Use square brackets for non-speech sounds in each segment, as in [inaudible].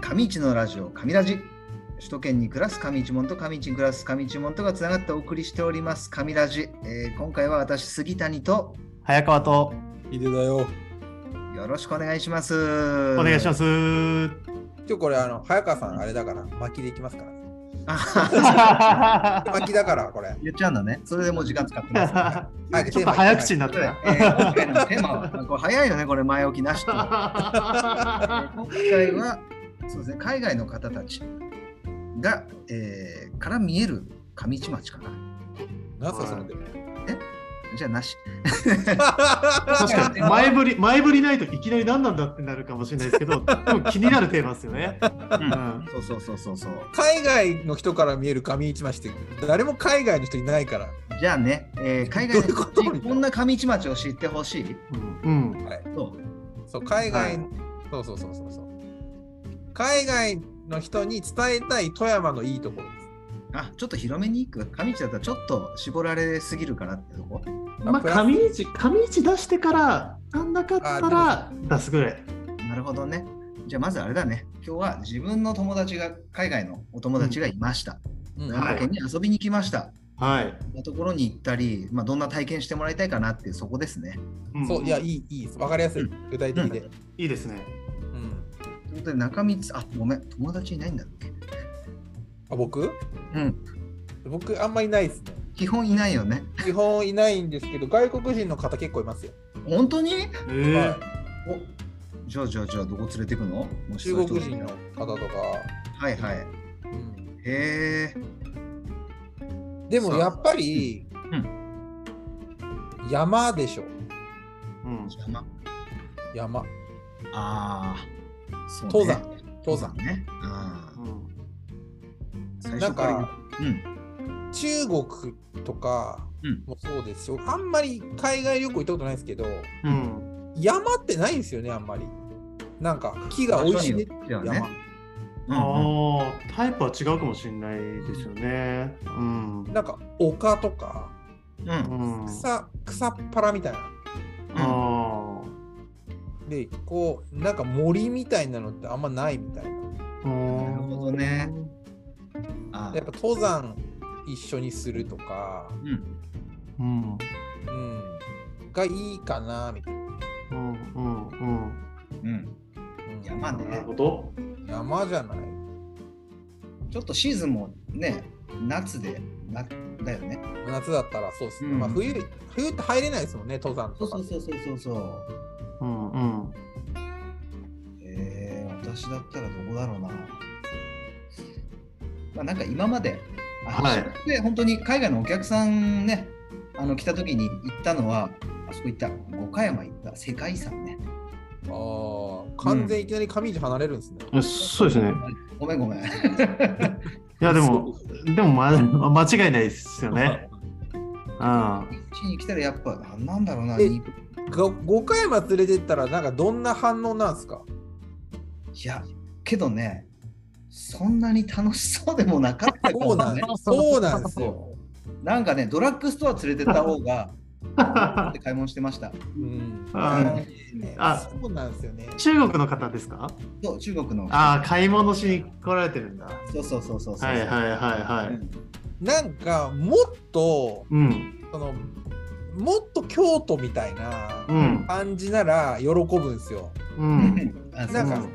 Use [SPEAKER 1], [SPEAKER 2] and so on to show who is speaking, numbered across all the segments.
[SPEAKER 1] 上市のラジオ上ラジ首都圏に暮らす上市門と上市に暮らす上市門とがつながってお送りしております上ラジ、えー今回は私杉谷と
[SPEAKER 2] 早川と
[SPEAKER 3] いでだよ。
[SPEAKER 1] よろしくお願いします
[SPEAKER 2] お願いします
[SPEAKER 3] [laughs]
[SPEAKER 2] す。
[SPEAKER 3] 今日これあの早川さんあれだから巻きでいきますから、ね。巻きだからこれ。
[SPEAKER 1] 言っちゃうんだねそれでもう時間使って
[SPEAKER 2] [laughs]
[SPEAKER 1] ますね
[SPEAKER 3] はい
[SPEAKER 2] ちょっと早口になっ
[SPEAKER 1] という
[SPEAKER 2] た
[SPEAKER 1] ことでえー今回のテーマはこれ早いよねこれ前置きなし
[SPEAKER 2] [laughs]
[SPEAKER 1] と
[SPEAKER 2] な。
[SPEAKER 1] 今回はそうです、ね、海外の方たちが、えーから見える上市町かな。
[SPEAKER 3] 何すかそので。
[SPEAKER 1] じゃあなし。
[SPEAKER 2] 確かに前振り前振りないといきなり何なんだってなるかもしれないですけど、でも気になるテーマですよね。うん
[SPEAKER 1] そうそうそうそうそう。
[SPEAKER 3] 海外の人から見える上市町って誰も海外の人いないから。
[SPEAKER 1] じゃあね、えー海外の
[SPEAKER 3] どういう
[SPEAKER 1] 人
[SPEAKER 3] こと
[SPEAKER 1] たちこんな上市町を知ってほしい。
[SPEAKER 2] うん。
[SPEAKER 1] そう
[SPEAKER 3] そう海外、
[SPEAKER 1] は
[SPEAKER 3] そうそうそうそうそう。海外の人に伝えたい富山のいいところです。
[SPEAKER 1] あちょっと広めに行く。上市だったらちょっと絞られすぎるかなってとこ。
[SPEAKER 2] まあ紙市紙市出してからなんなかったら出すぐらい。
[SPEAKER 1] なるほどね。じゃあまずあれだね。今日は自分の友達が、海外のお友達がいました。
[SPEAKER 3] うん
[SPEAKER 1] 長野県に遊びに来ました。
[SPEAKER 2] はい。
[SPEAKER 1] こんなところに行ったり、まあ、どんな体験してもらいたいかなっていうそこですね。
[SPEAKER 2] ん
[SPEAKER 3] そういやいいいいです。わかりやすい、
[SPEAKER 1] う
[SPEAKER 3] 具体的で。
[SPEAKER 2] いいですね。
[SPEAKER 3] うん
[SPEAKER 1] ということで中光あごめん友達いないんだっけ
[SPEAKER 3] あ僕
[SPEAKER 1] うん
[SPEAKER 3] 僕あんまいないですね。
[SPEAKER 1] 基本いないよね
[SPEAKER 3] 基本いないんですけど外国人の方結構いますよ。
[SPEAKER 1] 本当に
[SPEAKER 2] えー
[SPEAKER 1] おじゃあじゃあじゃあどこ連れてくのもし
[SPEAKER 3] 中
[SPEAKER 1] そういう
[SPEAKER 3] 国
[SPEAKER 1] とこ
[SPEAKER 3] 人の方とか。
[SPEAKER 1] はいはいへ
[SPEAKER 3] うん
[SPEAKER 1] え
[SPEAKER 3] でもやっぱり、
[SPEAKER 1] う
[SPEAKER 3] 山でしょ。
[SPEAKER 2] うん。
[SPEAKER 1] 邪
[SPEAKER 3] 山。
[SPEAKER 1] ああそう、ね、
[SPEAKER 3] 登山。登山。
[SPEAKER 1] ねああ
[SPEAKER 2] うん
[SPEAKER 1] 最
[SPEAKER 3] な
[SPEAKER 1] 初
[SPEAKER 3] ん
[SPEAKER 1] から
[SPEAKER 3] か
[SPEAKER 1] 言ううん
[SPEAKER 3] 中国とか
[SPEAKER 1] うん
[SPEAKER 3] もそうですよ。あんまり海外旅行行ったことないですけど、
[SPEAKER 2] うん。
[SPEAKER 3] 山ってないんですよね、あんまり。なんか木が生い茂って
[SPEAKER 1] 場所に
[SPEAKER 3] る
[SPEAKER 1] よっては
[SPEAKER 3] 山、
[SPEAKER 1] ねうんうん
[SPEAKER 2] ああタイプは違うかもしれないですよね。うん。
[SPEAKER 3] なんか丘とか
[SPEAKER 1] うん
[SPEAKER 2] うん。
[SPEAKER 3] 草草っぱらみたいな。
[SPEAKER 2] あ
[SPEAKER 3] で、こう、なんか森みたいなのってあんまないみたいな。
[SPEAKER 2] あ。な
[SPEAKER 1] るほどね。あ
[SPEAKER 3] やっ
[SPEAKER 1] ー
[SPEAKER 3] ぱ登山一緒にするとか、
[SPEAKER 1] うん
[SPEAKER 2] うん。
[SPEAKER 3] うん、がいいかなみたいな。
[SPEAKER 2] うんうんうん。
[SPEAKER 1] うん
[SPEAKER 3] うん
[SPEAKER 1] 山
[SPEAKER 2] なる
[SPEAKER 1] ね
[SPEAKER 2] ほど。
[SPEAKER 3] 山じゃない。
[SPEAKER 1] ちょっとシーズンもね夏でなだよね
[SPEAKER 3] 夏だったらそうですね。
[SPEAKER 1] うん
[SPEAKER 3] まあ冬冬って入れないですもんね、登山
[SPEAKER 1] そ
[SPEAKER 3] と
[SPEAKER 1] う
[SPEAKER 3] か。
[SPEAKER 1] そうそうそうそうそう
[SPEAKER 2] うんうん。
[SPEAKER 1] えー、私だったらどこだろうな。まあ、なんか今まで、あ
[SPEAKER 2] はい
[SPEAKER 1] 仕事で本当に海外のお客さんね、あの来た時に行ったのは、あそこ行った、五箇山行った、世界遺産ね。
[SPEAKER 3] ああ、完全いきなり上市離れるんですね。
[SPEAKER 2] えそうですね。
[SPEAKER 1] ごめんご [laughs] めん。
[SPEAKER 2] いやでも、でも、ま、 [laughs] 間違いないですよ [laughs] ね。うん。 [laughs]
[SPEAKER 1] 地に来たらやっぱ、なんなんだろうな、
[SPEAKER 3] え
[SPEAKER 1] い
[SPEAKER 3] が五回山連れてったら、なんかどんな反応なんですか
[SPEAKER 1] や、けどね、そんなに楽しそうでもなかったか
[SPEAKER 3] そう
[SPEAKER 1] も
[SPEAKER 3] なん
[SPEAKER 1] ね。
[SPEAKER 3] そうなんですよ。
[SPEAKER 1] なんかね、ドラッグストア連れてった方が、って買い物してました。
[SPEAKER 3] うん、
[SPEAKER 2] あ
[SPEAKER 3] ね
[SPEAKER 2] あ
[SPEAKER 3] そうなんですよね。
[SPEAKER 2] 中国の方ですか
[SPEAKER 1] そう、中国の。
[SPEAKER 2] ああ、買い物しに来られてるんだ。は
[SPEAKER 1] そうそうそうそうそう。
[SPEAKER 2] いはいはいはい。
[SPEAKER 3] なんかもっと
[SPEAKER 2] うん。
[SPEAKER 3] そのもっと京都みたいな
[SPEAKER 2] うん。
[SPEAKER 3] 感じなら喜ぶんですよ。
[SPEAKER 2] うん。
[SPEAKER 1] [laughs] あ
[SPEAKER 3] なんか
[SPEAKER 1] そう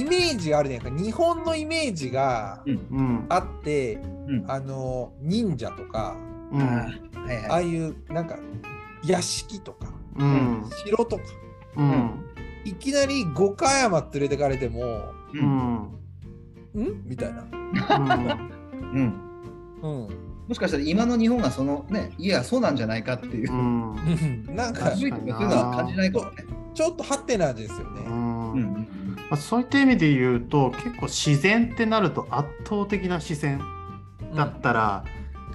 [SPEAKER 3] イメージがあるじゃないですか。日本のイメージが
[SPEAKER 2] うん。
[SPEAKER 3] あって、
[SPEAKER 1] うん
[SPEAKER 3] あの忍者とか、
[SPEAKER 2] うん。
[SPEAKER 1] そうはい
[SPEAKER 3] あ
[SPEAKER 1] は
[SPEAKER 3] あ
[SPEAKER 1] い。
[SPEAKER 3] いうなんか屋敷とか
[SPEAKER 2] うん。
[SPEAKER 3] 城とか
[SPEAKER 2] うん。
[SPEAKER 3] いきなり五箇山連れてかれても
[SPEAKER 2] うん。うん。
[SPEAKER 3] んみたいな、
[SPEAKER 1] うん、
[SPEAKER 3] うん、
[SPEAKER 1] もしかしたら今の日本がそのね、いや、そうなんじゃないかっていうう、
[SPEAKER 2] ん。
[SPEAKER 3] なん
[SPEAKER 1] か
[SPEAKER 3] か
[SPEAKER 1] っこ
[SPEAKER 2] 確
[SPEAKER 1] いい
[SPEAKER 2] か
[SPEAKER 1] とか
[SPEAKER 2] にな
[SPEAKER 1] そういうのは感じないからね。
[SPEAKER 3] ちょっとハテナですよね。
[SPEAKER 1] うん
[SPEAKER 2] うん。まあ、そういった意味で言うと結構自然ってなると圧倒的な視線だったら、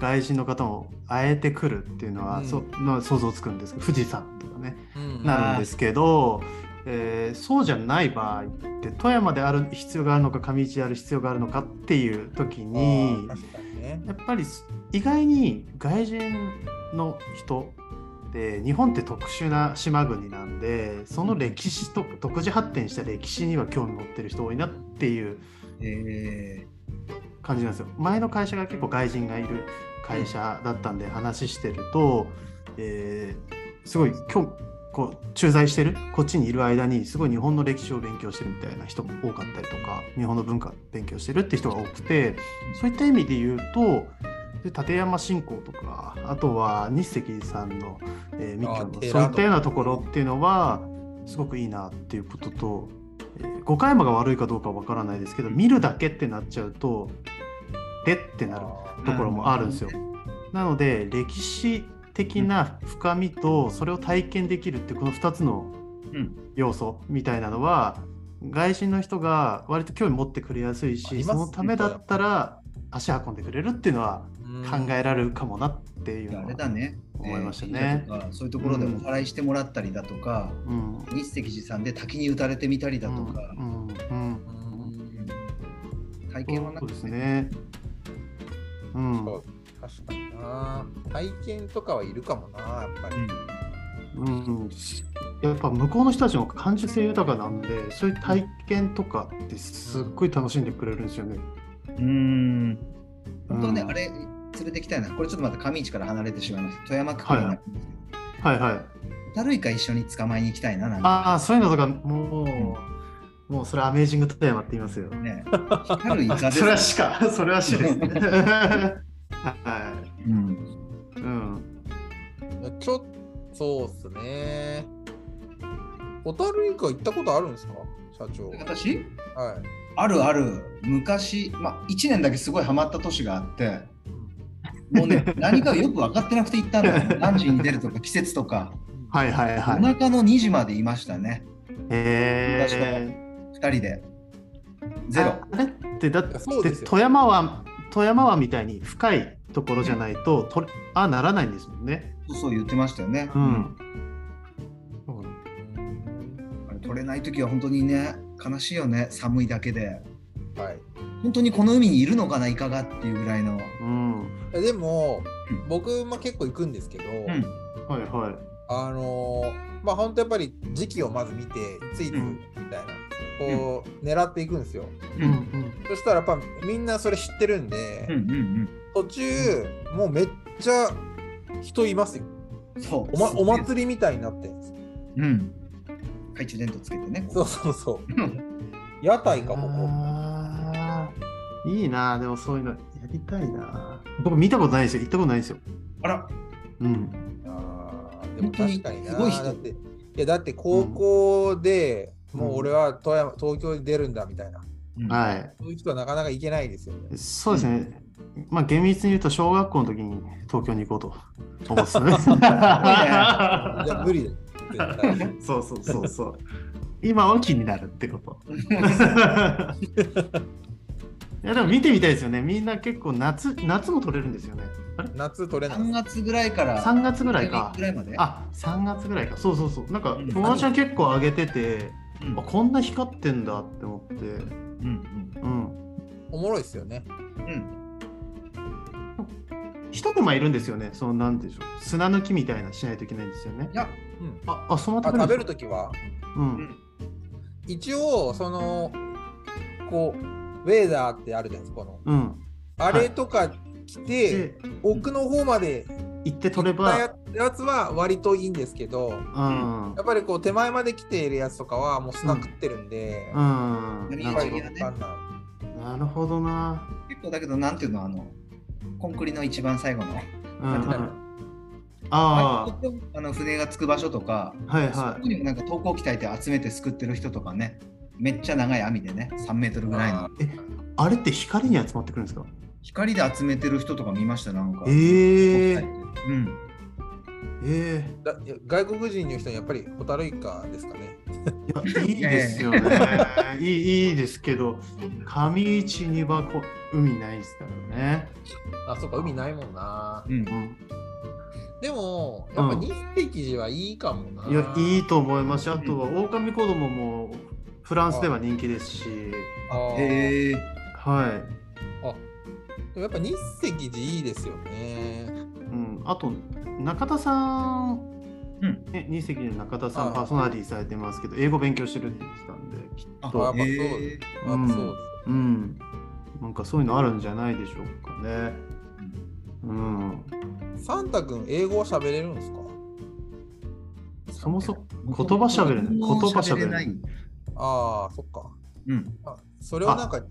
[SPEAKER 2] 外人の方も会えてくるっていうのは、
[SPEAKER 3] うん
[SPEAKER 2] その想像つくんですけど富士山とかね、
[SPEAKER 3] うん
[SPEAKER 2] なるんですけど、えーそうじゃない場合って富山である必要があるのか上市である必要があるのかっていう時
[SPEAKER 3] あ
[SPEAKER 2] に
[SPEAKER 3] ー確かにね。
[SPEAKER 2] やっぱり意外に外人の人で日本って特殊な島国なんでその歴史と独自発展した歴史には興味持ってる人多いなっていう
[SPEAKER 1] え
[SPEAKER 2] 感じなんですよ。前の会社が結構外人がいる会社だったんで話してると、えーすごい今日こう駐在してるこっちにいる間にすごい日本の歴史を勉強してるみたいな人も多かったりとか日本の文化勉強してるって人が多くてそういった意味で言うとで立山信仰とかあとは日赤さんの、えー密教
[SPEAKER 3] あ
[SPEAKER 2] の
[SPEAKER 3] 寺
[SPEAKER 2] そういったようなところっていうのはすごくいいなっていうこととえー誤解魔が悪いかどうかわからないですけど見るだけってなっちゃうとでってなるところもあるんですよ。なので歴史的な深みとそれを体験できるってこの2つの
[SPEAKER 1] うん
[SPEAKER 2] 要素みたいなのは外人の人が割と興味持ってくれやすい
[SPEAKER 3] あり
[SPEAKER 2] しそ
[SPEAKER 3] ますね
[SPEAKER 2] のためだったら足運んでくれるっていうのは
[SPEAKER 3] うん
[SPEAKER 2] 考えられるかもなってい
[SPEAKER 1] ーいや
[SPEAKER 2] うの
[SPEAKER 1] あ
[SPEAKER 2] は
[SPEAKER 1] れだね。
[SPEAKER 2] 思いました
[SPEAKER 1] えー神
[SPEAKER 2] ね。
[SPEAKER 1] 社とかそういうところでお祓いしてもらったりだとか、
[SPEAKER 2] うん
[SPEAKER 1] 日石寺さんで滝に打たれてみたりだとか、
[SPEAKER 2] うんうん
[SPEAKER 3] うん
[SPEAKER 1] 体験はな
[SPEAKER 2] そ
[SPEAKER 1] く
[SPEAKER 2] うです
[SPEAKER 1] ね
[SPEAKER 2] ね。うん
[SPEAKER 3] そう確かにな体験とかはいるかもなやっぱり、
[SPEAKER 2] うん、やっぱ向こうの人たちも感受性豊かなんでそういう体験とかってすっごい楽しんでくれるんですよね。
[SPEAKER 1] うん。うん本当はね、
[SPEAKER 2] うん
[SPEAKER 1] あれ連れてきたいな。これちょっとまた上市から離れてしまいました。富山区になるんですけど、
[SPEAKER 2] はいはい。
[SPEAKER 1] ホタルイカ一緒に捕まえに行きたいななんて。
[SPEAKER 2] ああそういうのとかもう、もうそれアメージング富山って言いますよ。 [laughs]
[SPEAKER 1] ね、光るイカです
[SPEAKER 2] それはしか [laughs] それはしですね。 [laughs] は
[SPEAKER 1] うん、
[SPEAKER 2] い。うん。
[SPEAKER 3] ちょっとそうっすね小樽イカ行ったことあるんですか社長はい
[SPEAKER 1] 私あるある昔、まあ、1年だけすごいハマった年があってもう
[SPEAKER 2] [laughs]
[SPEAKER 1] ね何かよく分かってなくて行ったんだよ何時に出るとか季節とか、
[SPEAKER 2] はいは
[SPEAKER 1] お
[SPEAKER 2] いはい。
[SPEAKER 1] 腹の2時までいましたね
[SPEAKER 2] へえ。
[SPEAKER 1] 2人でゼロ
[SPEAKER 2] あれってだって
[SPEAKER 3] そうですよ
[SPEAKER 2] 富山湾富山湾みたいに深いところじゃないととああならないんですもんね。
[SPEAKER 1] そうそう言ってましたよね、
[SPEAKER 2] うん。
[SPEAKER 1] あれ取れない時は本当にね悲しいよね寒いだけで
[SPEAKER 3] はい
[SPEAKER 1] 本当にこの海にいるのかなイカがっていうぐらいの
[SPEAKER 2] うん。
[SPEAKER 3] えでも
[SPEAKER 1] うん
[SPEAKER 3] 僕も結構行くんですけど、
[SPEAKER 1] うん
[SPEAKER 2] はいはい。
[SPEAKER 3] あのーまあ本当やっぱり時期をまず見てついてみたい
[SPEAKER 1] う
[SPEAKER 3] な、
[SPEAKER 1] ん
[SPEAKER 3] こう狙っていくんですよ
[SPEAKER 1] うんうん
[SPEAKER 3] そしたらやっぱみんなそれ知ってるんで、
[SPEAKER 1] うん
[SPEAKER 3] 途中もうめっちゃ人いますよ
[SPEAKER 1] うんそう
[SPEAKER 3] お,、ま、お
[SPEAKER 1] り
[SPEAKER 3] 祭りみたいになってるんですよ
[SPEAKER 1] うん懐中電灯つけてねこ
[SPEAKER 3] そうそうそう
[SPEAKER 1] ううん
[SPEAKER 3] 屋台かここ
[SPEAKER 2] あーいいなあ、でもそういうのやりたいなあ。僕見たことないですよ、行ったことないですよ。
[SPEAKER 1] あら、
[SPEAKER 2] うん。
[SPEAKER 3] あーでも
[SPEAKER 1] 本当に
[SPEAKER 3] 確かにな
[SPEAKER 1] すごい人
[SPEAKER 3] だっていやだって高校で、
[SPEAKER 2] うん
[SPEAKER 3] もう俺は富山東京に出るんだみたいな
[SPEAKER 1] はい、
[SPEAKER 2] は
[SPEAKER 3] そういう人はなかなか行けないですよね
[SPEAKER 2] い。そうですね。まあ厳密に言うと、小学校の時に東京に行こうと思ってたね。
[SPEAKER 3] じ
[SPEAKER 2] [laughs]
[SPEAKER 3] ゃあ無理だよ絶対
[SPEAKER 2] そうそうそうそう。今は気になるってこと。いやでも見てみたいですよね。みんな結構夏、夏も撮れるんですよね。あれ
[SPEAKER 3] 夏取れない
[SPEAKER 1] 3月ぐらいから
[SPEAKER 2] 3月ぐらいか
[SPEAKER 1] ぐらいまで
[SPEAKER 2] あ3月ぐらいかそうそうそうなんか
[SPEAKER 1] うん
[SPEAKER 2] 友達は結構上げてて、
[SPEAKER 1] うん
[SPEAKER 2] あこんな光ってんだって思って
[SPEAKER 1] うん
[SPEAKER 2] うん
[SPEAKER 3] おもろいですよね
[SPEAKER 1] うんうん
[SPEAKER 2] 一手間いるんですよねそのなんていうんでしょう砂抜きみたいなしないといけないんですよね
[SPEAKER 1] いや、
[SPEAKER 2] ああその
[SPEAKER 3] あ食べる
[SPEAKER 2] と
[SPEAKER 3] ときは
[SPEAKER 2] う
[SPEAKER 1] うんん、
[SPEAKER 3] 一応そのこうウェーダーってあるじゃないですかこの
[SPEAKER 2] うん
[SPEAKER 3] あれとか来て、
[SPEAKER 2] で
[SPEAKER 3] 奥の方まで
[SPEAKER 2] 行って
[SPEAKER 3] 取
[SPEAKER 2] 取れば
[SPEAKER 3] やつは割といいんですけど
[SPEAKER 2] うんうん
[SPEAKER 3] やっぱりこう手前まで来ているやつとかはもう砂食ってるんで、
[SPEAKER 2] な
[SPEAKER 1] うん
[SPEAKER 2] る
[SPEAKER 3] やっぱり
[SPEAKER 2] ほ
[SPEAKER 3] わかんな
[SPEAKER 2] どなるほどな
[SPEAKER 1] 結構だけどなんていうのあのコンクリの一番最後の
[SPEAKER 2] うん
[SPEAKER 1] なん
[SPEAKER 2] う
[SPEAKER 1] ていうの
[SPEAKER 2] んあ
[SPEAKER 1] あの船が着く場所とか、
[SPEAKER 2] あはい
[SPEAKER 1] そ
[SPEAKER 2] は
[SPEAKER 1] こにもなんか投稿機体で集めてすくってる人とかねめっちゃ長い網でね3メートルぐらいの
[SPEAKER 2] いえあれって光に集まってくるんですか
[SPEAKER 1] 光で集めてる人とか見ましたなんか、
[SPEAKER 2] ええ
[SPEAKER 1] うん
[SPEAKER 2] ええ
[SPEAKER 3] だいや外国人の人にやっぱりホタルイカですかね
[SPEAKER 2] いやいいですよね。いいいいですけど、上市にはこ海ないですからね。
[SPEAKER 3] あそっか海ないもんな
[SPEAKER 1] うん
[SPEAKER 2] うん
[SPEAKER 3] でもやっぱ
[SPEAKER 2] うん
[SPEAKER 3] 日匹寺はいいかもな、
[SPEAKER 2] いやいいと思いますし、あとは狼子供もフランスでは人気ですし、
[SPEAKER 3] あー
[SPEAKER 1] へえ
[SPEAKER 2] は
[SPEAKER 3] あでもやっぱ日赤寺いいですよね
[SPEAKER 2] い。うん、あと中田さん
[SPEAKER 1] うん
[SPEAKER 2] ね、二席の中田さ
[SPEAKER 3] あ
[SPEAKER 2] んパーソナリティされてますけど、英語勉強してるって言ってたんで、きっ
[SPEAKER 1] あ
[SPEAKER 2] と
[SPEAKER 3] まあまあそう
[SPEAKER 1] へー
[SPEAKER 3] あ
[SPEAKER 2] うん
[SPEAKER 3] そう
[SPEAKER 2] うん、なんかそういうのあるんじゃないでしょうかね。うん、
[SPEAKER 3] です。サンタ君、英語は喋れるんですか
[SPEAKER 2] そもそも言葉喋れない言葉喋れない
[SPEAKER 1] 言葉
[SPEAKER 3] ああ、そっか。
[SPEAKER 1] 喋れないうん。 [laughs]
[SPEAKER 3] あそれはなんか、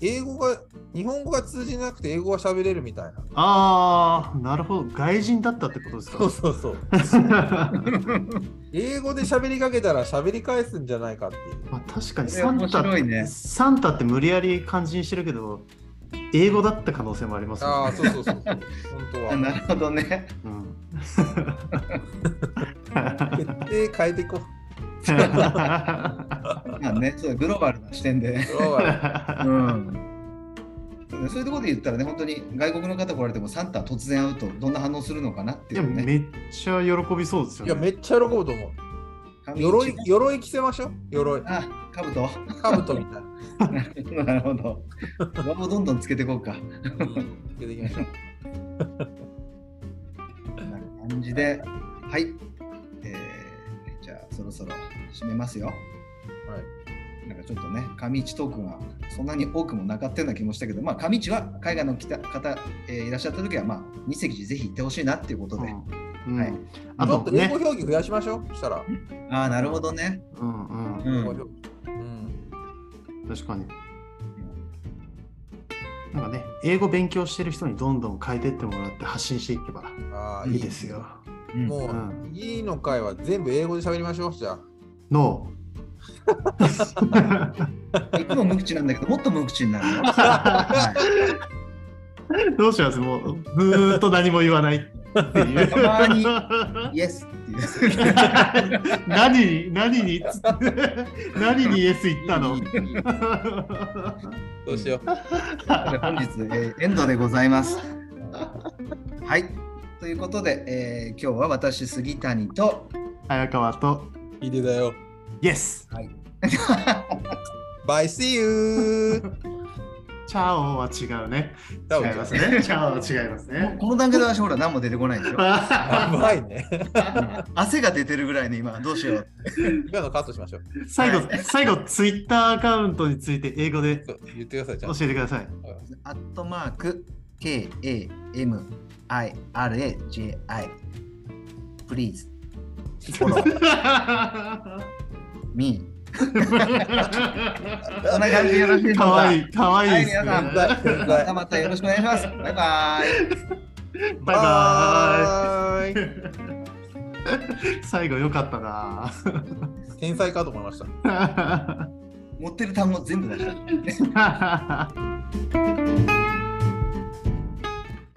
[SPEAKER 3] 英語が、日本語が通じなくて英語が喋れるみたいな。
[SPEAKER 2] ああ、なるほど、外人だったってことです
[SPEAKER 3] そう
[SPEAKER 2] か。
[SPEAKER 3] そうそう。 [laughs] 英語で喋りかけたら喋り返すんじゃないかっていう。
[SPEAKER 2] まあ、確かに
[SPEAKER 1] これ
[SPEAKER 2] サン
[SPEAKER 1] 面
[SPEAKER 2] タ、
[SPEAKER 1] 白いね
[SPEAKER 2] サンタって無理やり漢字にしてるけど、英語だった可能性もあります
[SPEAKER 3] あ
[SPEAKER 2] よ
[SPEAKER 3] あ、
[SPEAKER 2] ね。
[SPEAKER 3] そうそうそうそう。本当
[SPEAKER 1] あ [laughs] な
[SPEAKER 3] は。
[SPEAKER 1] るほどね。
[SPEAKER 2] うん
[SPEAKER 3] 決定変えていこ
[SPEAKER 1] まあね、そうグローバルな視点で。
[SPEAKER 3] う。グローバ
[SPEAKER 2] [laughs]
[SPEAKER 3] ル
[SPEAKER 1] うん。そういうところで言ったらね、本当に外国の方来られてもサンタ突然会うとどんな反応するのかなって
[SPEAKER 2] い
[SPEAKER 1] い
[SPEAKER 2] や、
[SPEAKER 1] うね。
[SPEAKER 2] めっちゃ喜びそうですよ
[SPEAKER 3] い
[SPEAKER 2] ね。
[SPEAKER 3] や、めっちゃ喜ぶと思う。
[SPEAKER 1] 髪 [laughs]
[SPEAKER 3] 鎧
[SPEAKER 1] 一、
[SPEAKER 3] 鎧着せましょう。鎧。
[SPEAKER 1] あ、かぶ
[SPEAKER 2] [laughs]
[SPEAKER 1] と。
[SPEAKER 3] 兜みたいな。
[SPEAKER 1] なるほど。輪をどんどんつけていこうか。
[SPEAKER 3] うん着ていきましょう。
[SPEAKER 1] こんな感じで、はい。えー、じゃあそろそろ締めますよ。
[SPEAKER 3] はい。
[SPEAKER 1] なんかちょっとね、上市トークンはそんなに多くもなかったような気もしたけど、まあ、上市は海外の来た方、えーいらっしゃった時は、まあ、二席寺ぜひ行ってほしいなっていうことで。
[SPEAKER 2] うんうん
[SPEAKER 1] はい
[SPEAKER 2] あ
[SPEAKER 3] ちょっ
[SPEAKER 2] と
[SPEAKER 3] と英
[SPEAKER 2] ね
[SPEAKER 3] 語、表記増やしましょう。そしたら。
[SPEAKER 1] ああ、なるほどね。
[SPEAKER 2] うんうん
[SPEAKER 1] う
[SPEAKER 3] 英語表
[SPEAKER 1] ん。
[SPEAKER 3] 記うん。
[SPEAKER 2] 確かに。なんかね、英語勉強してる人にどんどん変えてってもらって発信していけば
[SPEAKER 3] ああ、
[SPEAKER 2] い
[SPEAKER 3] い
[SPEAKER 2] い
[SPEAKER 3] い
[SPEAKER 2] で
[SPEAKER 3] です。
[SPEAKER 2] すよ。
[SPEAKER 1] うん
[SPEAKER 3] も
[SPEAKER 2] う
[SPEAKER 3] う、いいの会は全部英語で喋りましょう。じゃあ。 [laughs]
[SPEAKER 2] の、
[SPEAKER 1] いつも無口なんだけど、もっと無口にな [laughs] るよ。
[SPEAKER 2] どうしますもうずーっと何も言わないっていう。
[SPEAKER 1] たまにイエスっていう。
[SPEAKER 2] [laughs] 何に何につ何にイエス言ったの
[SPEAKER 3] いいいいいいどうしよう。
[SPEAKER 1] 本日、えーエンドでございます。はい。ということで、えー今日は私、杉谷と、
[SPEAKER 2] 早川と
[SPEAKER 3] いいでだよ。
[SPEAKER 2] イエス
[SPEAKER 3] バイ see
[SPEAKER 2] [laughs]
[SPEAKER 3] you!
[SPEAKER 2] チャオは違うね。
[SPEAKER 3] 多分
[SPEAKER 2] 違いますね。チャオは違います
[SPEAKER 1] も
[SPEAKER 3] [laughs]
[SPEAKER 1] う
[SPEAKER 2] ね。
[SPEAKER 1] この段階で私、ほら、何も出てこないでしょ。
[SPEAKER 3] やばいね。
[SPEAKER 1] 汗が出てるぐらいね、今、どうしよう。
[SPEAKER 3] 今のカットしましょう。
[SPEAKER 2] 最後、最後、ツイッターアカウントについて英語で
[SPEAKER 3] そう言ってください。じゃ
[SPEAKER 2] 教
[SPEAKER 3] あ
[SPEAKER 2] えてくださ
[SPEAKER 1] [laughs]
[SPEAKER 2] い。
[SPEAKER 1] アットマーク、K-A-M-I-R-A-J-I。Please,
[SPEAKER 3] [laughs]
[SPEAKER 1] follow me. そんな感じでよろしいでしょうか。
[SPEAKER 2] かわいい、かわいい
[SPEAKER 1] はい、
[SPEAKER 2] です
[SPEAKER 1] 皆さ
[SPEAKER 2] ね。
[SPEAKER 1] ん、
[SPEAKER 2] バイ
[SPEAKER 1] またまたよろしくお願いします。バイバイ。
[SPEAKER 2] バ
[SPEAKER 3] バーイ
[SPEAKER 2] ーイ。最後良かったな。
[SPEAKER 3] 天才かと思いました。
[SPEAKER 1] 持ってる単語全部出した。